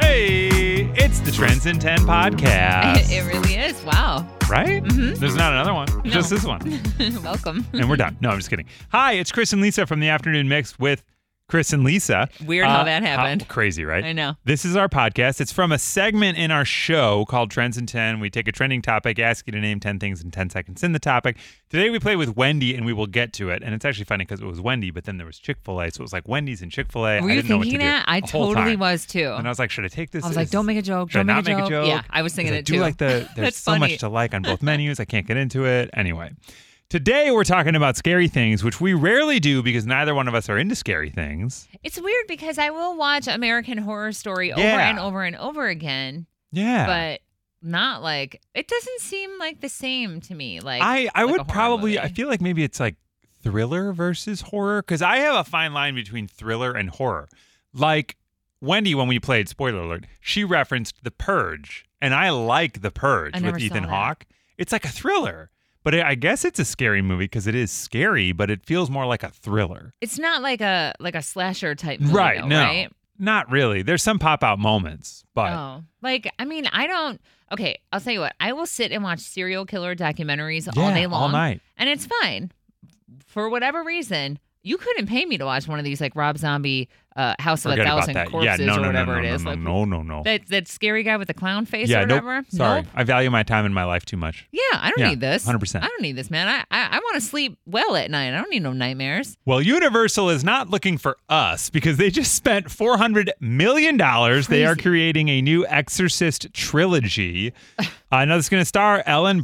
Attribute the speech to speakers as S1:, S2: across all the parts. S1: Hey, it's the Trends in 10 podcast.
S2: it really is. Wow.
S1: right?
S2: Mhm.
S1: There's not another one, just this one.
S2: Welcome.
S1: And we're done. No, I'm just kidding. Hi, it's Chris and Lisa from the Afternoon Mix with Chris and Lisa. Uh,
S2: Weird how that happened.
S1: crazy, right?
S2: I know.
S1: This is our podcast. It's from a segment in our show called Trends in 10. We take a trending topic, ask you to name 10 things in 10 seconds in the topic. Today we play with Wendy and we will get to it. And it's actually funny because it was Wendy, but then there was Chick fil A. So it was like Wendy's and Chick fil A.
S2: Were
S1: I
S2: you
S1: didn't know what to
S2: thinking
S1: do
S2: that? I
S1: the whole
S2: totally
S1: time.
S2: was too.
S1: And I was like, should I take this?
S2: I was like,
S1: Is-
S2: don't make a joke.
S1: Should
S2: Don't
S1: I
S2: make,
S1: not
S2: a,
S1: make
S2: joke.
S1: a joke?
S2: Yeah, I was thinking
S1: Because I
S2: it
S1: do
S2: too.
S1: like the there's
S2: That's
S1: so
S2: funny.
S1: much to like on both menus. I can't get into it anyway. Today we're talking about scary things, which we rarely do because neither one of us are into scary things.
S2: It's weird because I will watch American Horror Story over
S1: Yeah.
S2: and over and over again,
S1: Yeah,
S2: but not like it doesn't seem like the same to me. Like
S1: I I
S2: like a
S1: would
S2: horror
S1: probably I
S2: movie.
S1: feel like maybe it's like thriller versus horror because I have a fine line between thriller and horror. Like Wendy, when we played spoiler alert, she referenced The Purge, and I like The Purge
S2: I
S1: with
S2: never saw
S1: Ethan
S2: that.
S1: Hawke. It's like a thriller, but I I guess it's a scary movie because it is scary, but it feels more like a thriller.
S2: it's not like a like a slasher type movie,
S1: Right,
S2: Though,
S1: no.
S2: Right?
S1: Not really. There's some pop out moments, but
S2: Oh, like I mean, I don't. Okay, I'll tell you what. I will sit and watch serial killer documentaries
S1: yeah,
S2: Oh, all day long,
S1: all night.
S2: and it's fine. For whatever reason, you couldn't pay me to watch one of these like Rob Zombie uh, House of a
S1: Forget about
S2: Thousand
S1: that. Yeah,
S2: Corpses
S1: no,
S2: or
S1: no, no,
S2: whatever
S1: no,
S2: it is.
S1: no,
S2: like
S1: no, no, no.
S2: that that scary guy with the clown face
S1: yeah,
S2: or
S1: nope.
S2: whatever.
S1: Sorry,
S2: Nope.
S1: I value my time and my life too much.
S2: Yeah, I don't
S1: Yeah,
S2: need this.
S1: 100%.
S2: I don't need this, man. I I, I want to sleep well at night. I don't need no nightmares.
S1: Well, Universal is not looking for us because they just spent $400 million. They are
S2: Crazy.
S1: creating a new Exorcist trilogy. uh, now, this is going to star Ellen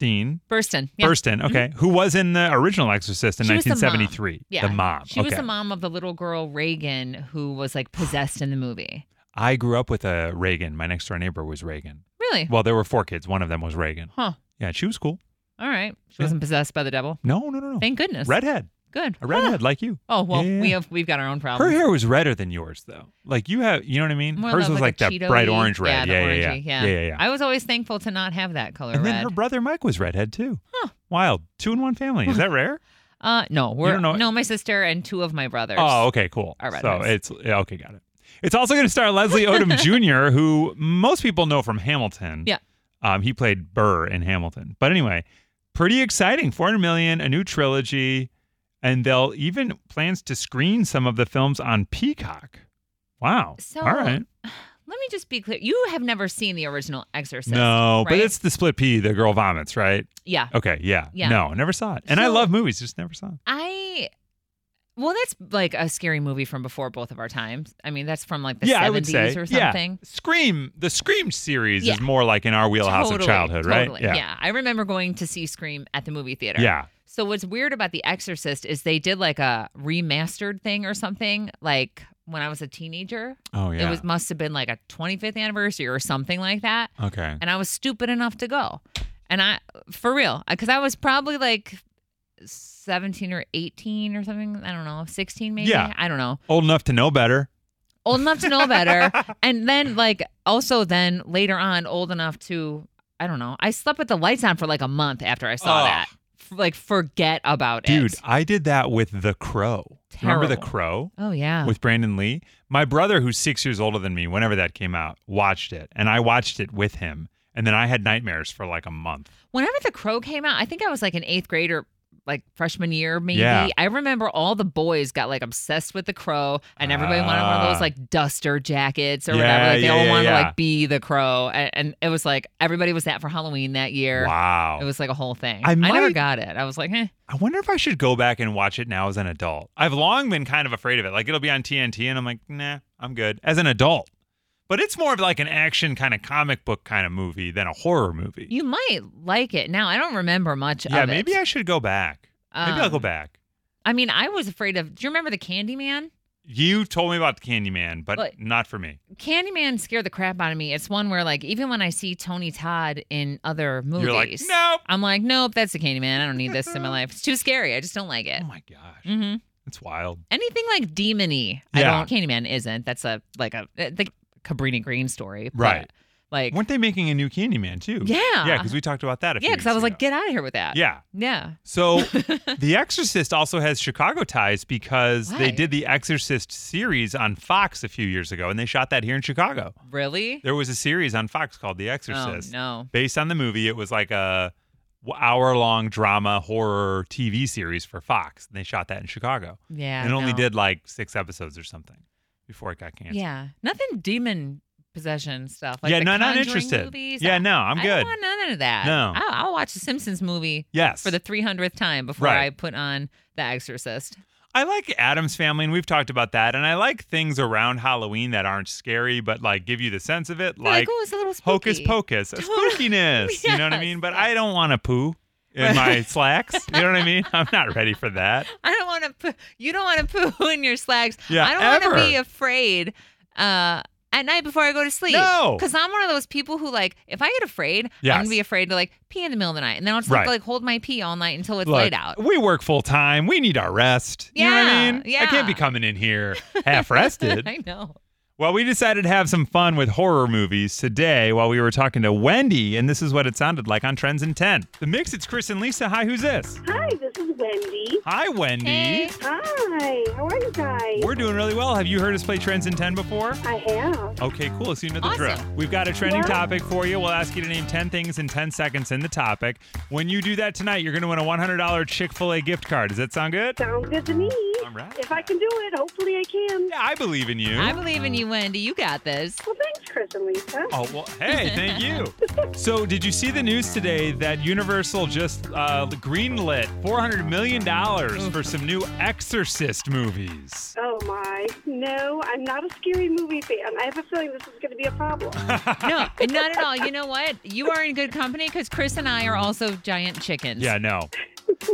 S1: Burstyn.
S2: Burston. Yeah. Mm-hmm.
S1: Burstyn, okay, who was in the original Exorcist in
S2: She was the mom.
S1: 1973.
S2: Yeah.
S1: The mom.
S2: She was
S1: okay.
S2: the mom of the little girl Reagan who was like possessed in the movie.
S1: I grew up with a Reagan. My next door neighbor was Reagan.
S2: Really?
S1: Well, there were four kids. One of them was Reagan.
S2: Huh.
S1: Yeah, she was cool.
S2: All right. She
S1: Yeah. Oh.
S2: wasn't possessed by the devil.
S1: No, no, no, no.
S2: Thank goodness.
S1: redhead.
S2: Good.
S1: A redhead like you.
S2: Oh well,
S1: Yeah.
S2: we have we've got our own
S1: Her
S2: problems.
S1: hair was redder than yours, though. Like you have, you know what I mean?
S2: More
S1: Hers
S2: of
S1: was like,
S2: a
S1: that
S2: Cheeto-y-
S1: bright orange red.
S2: the
S1: Yeah, yeah,
S2: orangey,
S1: yeah, yeah, yeah, yeah.
S2: I was always thankful to not have that color
S1: And then
S2: red.
S1: her brother Mike was redhead too.
S2: Huh.
S1: Wild. Two in one family. Is that rare?
S2: uh, no, we're
S1: don't know-
S2: no, my sister and two of my brothers.
S1: oh, okay, cool.
S2: Are
S1: So
S2: redheads.
S1: it's yeah, okay, got it. It's also going to star Leslie Odom Jr., who most people know from Hamilton.
S2: Yeah.
S1: Um, he played Burr in Hamilton. But anyway, pretty exciting. 400 million, a new trilogy, and they'll even plans to screen some of the films on Peacock. Wow.
S2: So,
S1: All right.
S2: Let me just be clear. You have never seen the original Exorcist.
S1: No, but
S2: right?
S1: it's the split pea, the girl vomits, right?
S2: yeah.
S1: Okay, yeah.
S2: Yeah.
S1: No, never saw it. And I
S2: So-
S1: love movies, just never saw it.
S2: I well, that's like a scary movie from before both of our times. I mean, that's from like the
S1: yeah, I would
S2: 70s
S1: say.
S2: or
S1: yeah.
S2: something.
S1: Scream, the Scream series
S2: Yeah.
S1: is more like in our wheelhouse
S2: totally,
S1: of childhood, right?
S2: Totally. I remember going to see Scream at the movie theater.
S1: Yeah. Yeah.
S2: So what's weird about The Exorcist is they did like a remastered thing or something like when I was a teenager.
S1: Oh, yeah.
S2: It was must have been like a 25th anniversary or something like that,
S1: okay.
S2: and I was stupid enough to go. And I for real, cuz I was probably like 17 or 18 or something, I don't know, 16 maybe.
S1: Yeah.
S2: I don't know.
S1: Old enough to know better.
S2: Old enough to know better and then like also then later on old enough to I don't know. I slept with the lights on for like a month after I saw
S1: Ugh.
S2: that. F- Like forget about it.
S1: Dude, I did that with The Crow. Remember The
S2: Terrible.
S1: Crow?
S2: Oh yeah.
S1: With Brandon Lee. My brother, who's six years older than me, whenever that came out, watched it. And I watched it with him. And then I had nightmares for like a month.
S2: Whenever The Crow came out, I think I was like an eighth grader, like freshman year, maybe.
S1: Yeah.
S2: I remember all the boys got like obsessed with The Crow, and everybody wanted one of
S1: Ah.
S2: those like duster jackets or
S1: Yeah,
S2: whatever. Like, they
S1: yeah,
S2: all
S1: yeah,
S2: wanted
S1: yeah.
S2: to like be The Crow, and, and it was like everybody was that for Halloween that year.
S1: Wow.
S2: It was like a whole thing.
S1: I
S2: never
S1: might-
S2: got it. I was like, eh.
S1: I wonder if I should go back and watch it now as an adult. I've long been kind of afraid of it. Like it'll be on TNT and I'm like, nah, I'm good as an adult. But it's more of like an action kind of comic book kind of movie than a horror movie.
S2: You might like it now. I don't remember much
S1: yeah,
S2: of it.
S1: maybe I should go back. Maybe I'll go
S2: Um,
S1: back.
S2: I mean, I was afraid of. Do you remember the Candyman?
S1: You told me about Candyman, but
S2: but-
S1: not for me.
S2: Candyman scared the crap out of me. It's one where, like, even when I see Tony Todd in other movies,
S1: You're like, nope.
S2: I'm like, nope, that's a Candyman. I don't need this in my life. It's too scary. I just don't like it.
S1: Oh my gosh,
S2: hmm
S1: it's wild.
S2: Anything like demony,
S1: Yeah.
S2: I don't. Candyman isn't. That's a like a the Cabrini eh, Green story, but-
S1: Right.
S2: Like,
S1: Weren't they making a new Candyman too?
S2: Yeah.
S1: Yeah, because we talked about that. A few
S2: yeah, because I
S1: weeks
S2: was
S1: ago.
S2: like, get out of here with that.
S1: yeah.
S2: Yeah.
S1: So The Exorcist also has Chicago ties because
S2: Why?
S1: they did the Exorcist series on Fox a few years ago, and they shot that here in Chicago.
S2: Really?
S1: There was a series on Fox called The
S2: Oh,
S1: Exorcist,
S2: no.
S1: based on the movie. It was like a hour long drama horror TV series for Fox, and they shot that in Chicago.
S2: Yeah.
S1: and it only
S2: no.
S1: did like six episodes or something before it got canceled.
S2: Yeah. Nothing demon possession stuff. Like
S1: yeah,
S2: the
S1: no, not
S2: Conjuring
S1: interested.
S2: Movies.
S1: Yeah, no, I'm
S2: I
S1: good.
S2: don't want none of that.
S1: No.
S2: I'll, I'll watch the Simpsons movie
S1: yes.
S2: for the 300th time before
S1: Right.
S2: I put on The Exorcist.
S1: I like Adam's family, and we've talked about that. And I like things around Halloween that aren't scary, but like give you the sense of it,
S2: They're Like,
S1: like,
S2: oh, it's a little spooky.
S1: hocus pocus, a
S2: Totally.
S1: spookiness. You know what I mean?
S2: Yes,
S1: But
S2: yes.
S1: I don't want to poo in
S2: Right.
S1: my slacks. You know what I mean? I'm not ready for that.
S2: I don't want to. You don't want to poo in your slags.
S1: Yeah,
S2: I don't want
S1: ever.
S2: to be afraid uh, at night before I go to sleep.
S1: No.
S2: because I'm one of those people who like if I get afraid,
S1: Yes.
S2: I'm gonna be afraid to like pee in the middle of the night, and then I'll just have to
S1: Right.
S2: like hold my pee all night until it's
S1: Look,
S2: laid out.
S1: We work full time. We need our rest. You know what I
S2: Yeah,
S1: mean? I can't be
S2: yeah.
S1: coming in here half rested.
S2: I know.
S1: Well, we decided to have some fun with horror movies today while we were talking to Wendy, and this is what it sounded like on Trends in 10. The mix, it's Chris and Lisa. Hi, who's this?
S3: Hi, this is Wendy.
S1: Hi, Wendy.
S2: Hey.
S3: Hi, how are you guys?
S1: We're doing really well. Have you heard us play Trends in 10 before?
S3: I have.
S1: Okay, cool. So you know the
S2: Awesome.
S1: drill. We've got a trending
S3: Yeah.
S1: topic for you. We'll ask you to name 10 things in 10 seconds in the topic. When you do that tonight, you're going to win a $100 Chick fil A gift card. Does that sound good?
S3: Sounds good to me.
S1: All right.
S3: If I can do it, hopefully I can.
S1: Yeah, I believe in you.
S2: I believe in you, Wendy. You got this.
S3: Well, thanks, Chris and Lisa.
S1: Oh, well, hey, thank you. So, did you see the news today that Universal just uh, greenlit $400 million for some new Exorcist movies?
S3: Oh, my. No, I'm not a scary movie fan. I have a feeling this is going to be a problem.
S2: No, not at all. You know what? You are in good company because Chris and I are also giant chickens.
S1: Yeah, no.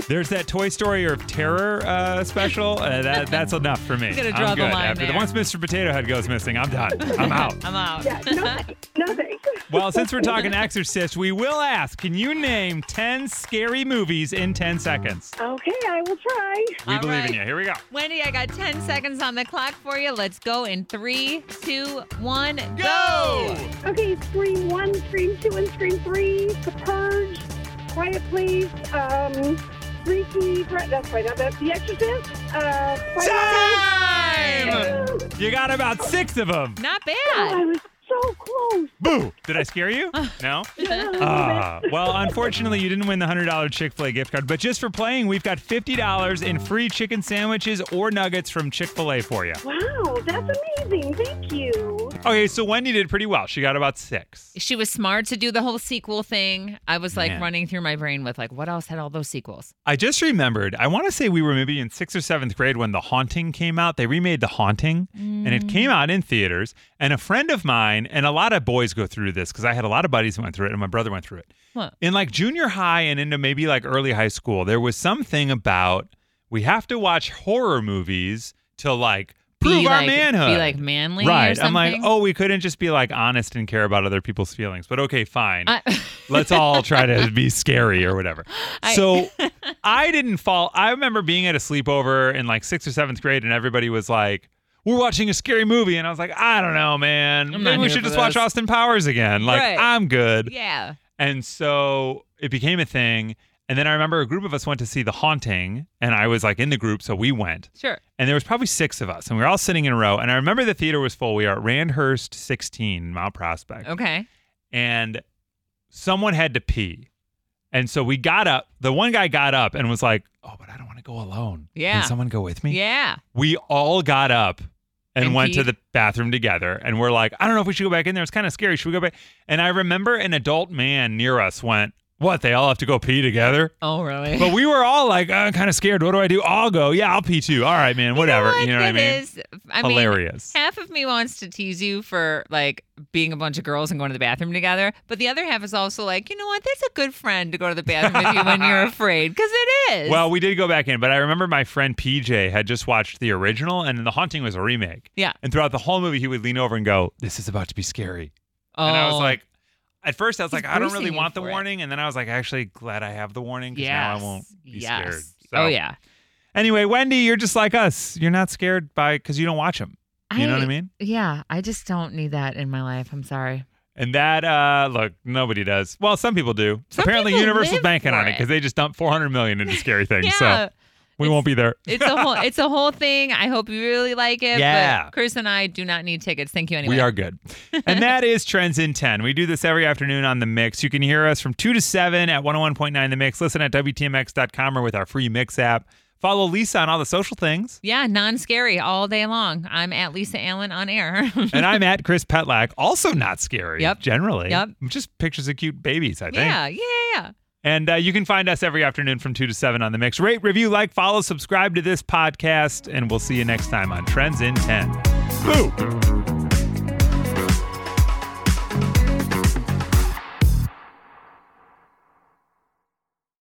S1: There's that Toy Story or Terror uh, special. Uh, that, that's enough for me.
S2: Gotta draw
S1: I'm
S2: the
S1: good.
S2: line
S1: After the-
S2: there.
S1: once Mr. Potato Head goes missing, I'm done. I'm out.
S2: I'm out.
S3: yeah, no, thank- no thanks.
S1: Well, since we're talking Exorcist, we will ask can you name 10 scary movies in 10 seconds?
S3: Okay, I will try.
S1: We
S2: All
S1: believe in
S2: right.
S1: you. Here we go.
S2: Wendy, I got 10 seconds on the clock for you. Let's go in three, two, one, go!
S3: Okay, Scream 1, Scream 2, and Scream 3, The Purge, Quiet Please, um, Freaky, Fri- that's right, that's The Exorcist, uh, Friday the
S1: Time!
S3: 13th.
S1: You got about six of them.
S2: Not
S3: Oh, I
S2: bad.
S3: was so close.
S1: Boo! Did I scare you? No? Ah, well, unfortunately, you didn't win the $100 Chick fil A gift card, but just for playing, we've got $50 in free chicken sandwiches or nuggets from Chick fil A for you.
S3: wow, that's amazing. Thank you.
S1: Okay, so Wendy did pretty well. She got about six.
S2: She was smart to do the whole sequel thing. I was like
S1: Man.
S2: running through my brain with like, what else had all those sequels?
S1: I just remembered, I want to say we were maybe in sixth or seventh grade when The Haunting came out. They remade The Haunting, and it came out in theaters. And a friend of mine, and a lot of boys go through this because I had a lot of buddies who went through it, and my brother went through it.
S2: What?
S1: in like junior high and into maybe like early high school, there was something about we have to watch horror movies to like prove
S2: be
S1: our
S2: like,
S1: manhood.
S2: Be like manly. or
S1: right. I'm like,
S2: something?
S1: oh, we couldn't just be like honest and care about other people's feelings. But okay, fine.
S2: I-
S1: Let's all try to be scary or whatever.
S2: I-
S1: so I didn't fall. I remember being at a sleepover in like sixth or seventh grade, and everybody was like, we're watching a scary movie. And I was like, I don't know, man.
S2: I'm not
S1: Maybe we
S2: here
S1: should
S2: for
S1: just watch
S2: this."
S1: Austin Powers again. Like,
S2: Right.
S1: I'm good.
S2: yeah.
S1: And so it became a thing. And then I remember a group of us went to see The Haunting, and I was like in the group, so we went.
S2: Sure.
S1: And there was probably six of us, and we were all sitting in a row. And I remember the theater was full. We are at Randhurst 16, Mount Prospect.
S2: Okay.
S1: And someone had to pee. And so we got up. The one guy got up and was like, Oh, but I don't want to go alone.
S2: Yeah.
S1: Can someone go with me?
S2: Yeah.
S1: we all got up and,
S2: And
S1: went to
S2: peed?
S1: the bathroom together and we're like, I don't know if we should go back in there. It's kind of scary. Should we go back? And I remember an adult man near us went, What? They all have to go pee together?
S2: Oh, really?
S1: But we were all like, I'm kind of scared. What do I do? I'll go. Yeah, I'll pee too. All right, man. Whatever. You know what, I mean?
S2: That is- I mean,
S1: Hilarious.
S2: half of me wants to tease you for like being a bunch of girls and going to the bathroom together, but the other half is also like, you know what? That's a good friend to go to the bathroom with you when you're afraid, because it is.
S1: Well, we did go back in, but I remember my friend PJ had just watched the original and The Haunting was a remake.
S2: Yeah.
S1: And throughout the whole movie, he would lean over and go, This is about to be scary.
S2: oh,
S1: And I was like, at first I was
S2: He's
S1: like, I don't
S2: bracing
S1: really
S2: you
S1: want the
S2: for it.
S1: warning, and then I was like, actually glad I have the warning because now I
S2: Yes,
S1: won't be
S2: yes.
S1: scared.
S2: oh yeah.
S1: Anyway, Wendy, you're just like us. You're not scared by because you don't watch them. You know what I mean?
S2: Yeah, I just don't need that in my life. I'm sorry.
S1: And that, uh, look, nobody does. Well, some people do.
S2: Some
S1: Apparently,
S2: people
S1: Universal's
S2: live
S1: banking on
S2: for
S1: it because
S2: it.
S1: they just dumped 400 million into Scary Things.
S2: Yeah.
S1: So we won't be there.
S2: It's a whole it's a whole thing. I hope you really like it.
S1: Yeah.
S2: But Chris and I do not need tickets. Thank you anyway.
S1: We are good. and that is Trends in 10. We do this every afternoon on The Mix. You can hear us from 2 to 7 at 101.9 The Mix. Listen at WTMX.com or with our free Mix app. Follow Lisa on all the social things.
S2: Yeah, non scary all day long. I'm at Lisa Allen on air.
S1: And I'm at Chris Petlak, also not scary.
S2: Yep.
S1: Generally.
S2: Yep.
S1: Just pictures of cute babies, I think.
S2: yeah, yeah, yeah.
S1: And uh, you can find us every afternoon from 2 to 7 on The Mix. Rate, review, like, follow, subscribe to this podcast, and we'll see you next time on Trends in 10. Boo!